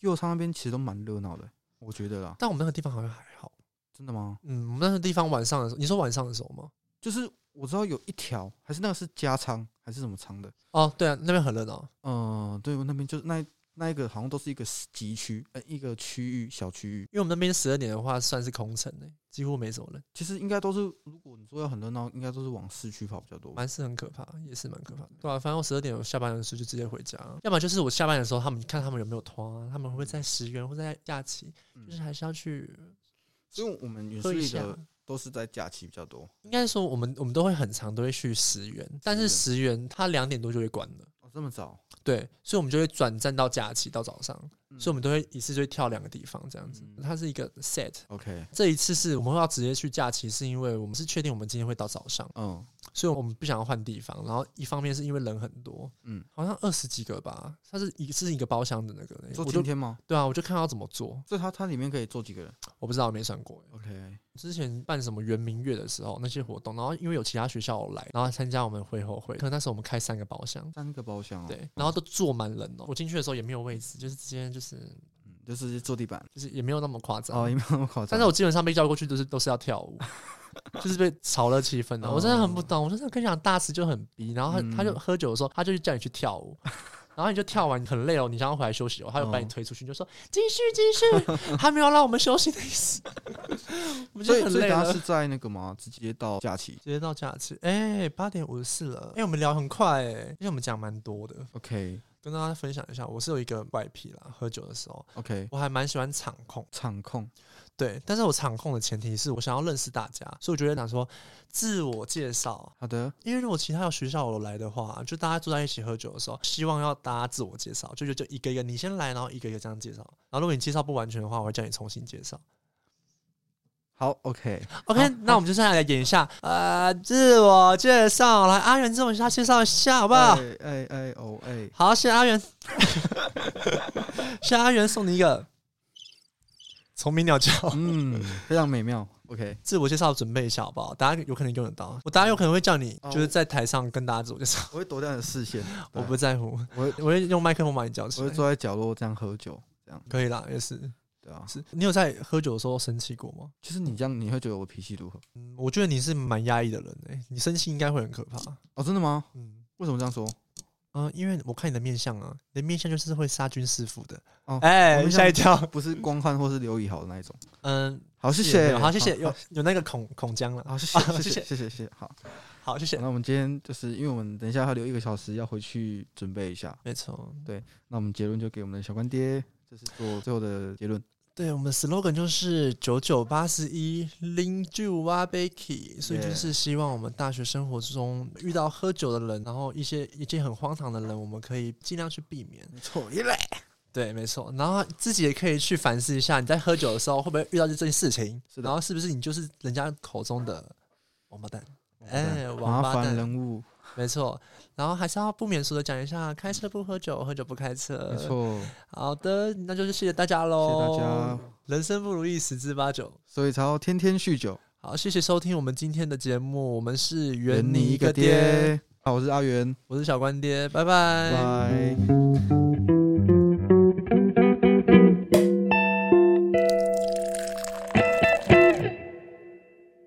S1: 右仓那边其实都蛮热闹的，我觉得啦，
S2: 但我们那个地方好像还好。
S1: 真的吗？
S2: 嗯，我们那个地方晚上的时候，你说晚上的时候吗？
S1: 就是我知道有一条还是那个是加仓还是什么仓的，呃
S2: 哦，对啊，那边很热闹。
S1: 嗯、对，我那边就是那一那一个好像都是一个集区，呃，一个区域小区域。
S2: 因为我们那边十二点的话算是空城诶、几乎没什么人，
S1: 其实应该都是，如果你说要很热闹，应该都是往市区跑比较多吧。
S2: 蛮是很可怕，也是蛮可怕的。对啊，反正我十二点我下班的时候就直接回家，要么就是我下班的时候，他们看他们有没有团、啊，他们会不会在十元或在假期，
S1: 嗯
S2: 就是还是要去
S1: 因为我们园
S2: 喝
S1: 区
S2: 一
S1: 里
S2: 下。
S1: 的都是在假期比较多。
S2: 应该说，我们我们都会很常都会去十元，但是十元它两点多就会关了，
S1: 哦，这么早？
S2: 对，所以我们就会转战到假期到早上，
S1: 嗯
S2: 所以我们都会一次就会跳两个地方这样子，
S1: 嗯
S2: 它是一个 set。
S1: OK，
S2: 这一次是我们会要直接去假期，是因为我们是确定我们今天会到早上，
S1: 嗯，
S2: 所以我们不想要换地方。然后一方面是因为人很多，
S1: 嗯，
S2: 好像二十几个吧，它是一是一个包厢的那个
S1: 你，说
S2: 我
S1: 今
S2: 就
S1: 天吗？
S2: 对啊，我就看到怎么做，
S1: 所以它它里面可以坐几个人
S2: 我不知道没算过。
S1: ？OK，
S2: 之前办什么圆明月的时候那些活动，然后因为有其他学校来，然后参加我们会后会，可能那时候我们开三个包厢，
S1: 三个包厢哦。
S2: 对，然后都坐满人哦。我进去的时候也没有位置，就是之间就是
S1: 嗯，就是坐地板。
S2: 就是也没有那么夸张。
S1: 哦，有没有那么夸张？
S2: 但是我基本上被叫过去都是都是要
S1: [LAUGHS]
S2: 跳舞，就是被炒热气氛的。啊我真的很不懂，我真的跟你讲，大师就很逼，然后他、
S1: 哦嗯
S2: 他就喝酒的时候，他就叫你去
S1: [LAUGHS]
S2: 跳舞。然后你就跳完很累哦，你想要回来休息哦，他就把你
S1: 哦
S2: 推出去，你就说继续继续，还没有让我们休息的意思， [LAUGHS] 我们就
S1: 所以
S2: 很
S1: 所
S2: 累
S1: 以大家
S2: 了
S1: 是。在那个吗？直接到假期
S2: 直接到假期，哎、八点五十四了，哎、我们聊很快、哎，因为我们讲蛮多的，
S1: ？OK
S2: 跟大家分享一下，我是有一个怪癖啦，喝酒的时候，
S1: OK，
S2: 我还蛮喜欢场控，
S1: 场控
S2: 对，但是我场控的前提是我想要认识大家，所以我就会想说自我介绍，
S1: 好的，
S2: 因为如果其他有学校有来的话，就大家坐在一起喝酒的时候，希望要大家自我介绍，就就就一个一个你先来，然后一个一个这样介绍，然后如果你介绍不完全的话，我会叫你重新介绍。
S1: 好
S2: [LAUGHS]
S1: OK，
S2: OK，
S1: 好
S2: 那我们就现在来演一下，呃，自我介绍，来阿元自我介绍介绍一下好不好？
S1: 哎哎哎哦哎，
S2: 好，谢谢阿 [LAUGHS] 元，谢谢阿元送你一个虫鸣鸟叫。
S1: 嗯，非常美妙。OK，
S2: 自我介绍准备一下好不好？大家有可能用得到，我大家有可能会叫你，
S1: 哦
S2: 就是在台上跟大家自我介绍。
S1: 我会躲掉你的视线，
S2: [LAUGHS] 我
S1: 对啊
S2: 不在乎，
S1: 我会
S2: 我会用麦克风把你叫
S1: 我
S2: 出
S1: 会
S2: 来。
S1: 坐在角落这样喝酒，这样
S2: 可以啦，也是
S1: 对啊。
S2: 是。你有在喝酒的时候生气过吗？
S1: 就是你这样，你会觉得我脾气如何？
S2: 嗯，我觉得你是蛮压抑的人诶、你生气应该会很可怕。
S1: 哦，真的吗？
S2: 嗯
S1: 为什么这样说？
S2: 嗯、呃因为我看你的面相啊，你的面相就是会杀菌弑父的。
S1: 哦
S2: 哎、
S1: 我面相
S2: 吓一跳。
S1: 不是光汉或是刘以豪的那一种。
S2: 嗯，
S1: 好，谢
S2: 是也没
S1: 谢，
S2: 有好，谢谢。
S1: 好
S2: 有有那个孔孔江了，
S1: 好，谢谢，
S2: 啊
S1: 谢谢，
S2: 谢
S1: 谢谢，谢谢。好，
S2: 好，谢谢。
S1: 那我们今天就是因为我们等一下还有留一个小时要回去准备一下，
S2: 没错，
S1: 那我们结论就给我们的小干爹，这是做最后的结论。
S2: 对，我们的 slogan 就是九九八十一零九哇 Becky，所以就
S1: Yeah
S2: 是希望我们大学生活之中遇到喝酒的人，然后一些一些很荒唐的人，我们可以尽量去避免。
S1: 没错，耶嘞！
S2: 对，没错。然后自己也可以去反思一下，你在喝酒的时候会不会遇到这件事情？
S1: 是的
S2: 然后是不是你就是人家口中的王八蛋？哎
S1: 哎，
S2: 王
S1: 麻
S2: 八
S1: 烦
S2: 蛋，
S1: 人物，
S2: 没错。然后还是要不免俗的讲一下，开车不喝酒，喝酒不开车。
S1: 没。错，
S2: 好的，那就是谢谢大家
S1: 谢
S2: 喽。
S1: 谢大家，，
S2: 人生不如意，十之八九。
S1: 所以才要天天酗酒，
S2: 好，谢谢收听我们今天的节目，我们是圆
S1: 圆
S2: 你
S1: 你一
S2: 一个
S1: 个
S2: 爹，
S1: 爹。好，我是阿元，
S2: 我是小关爹，拜拜
S1: 拜。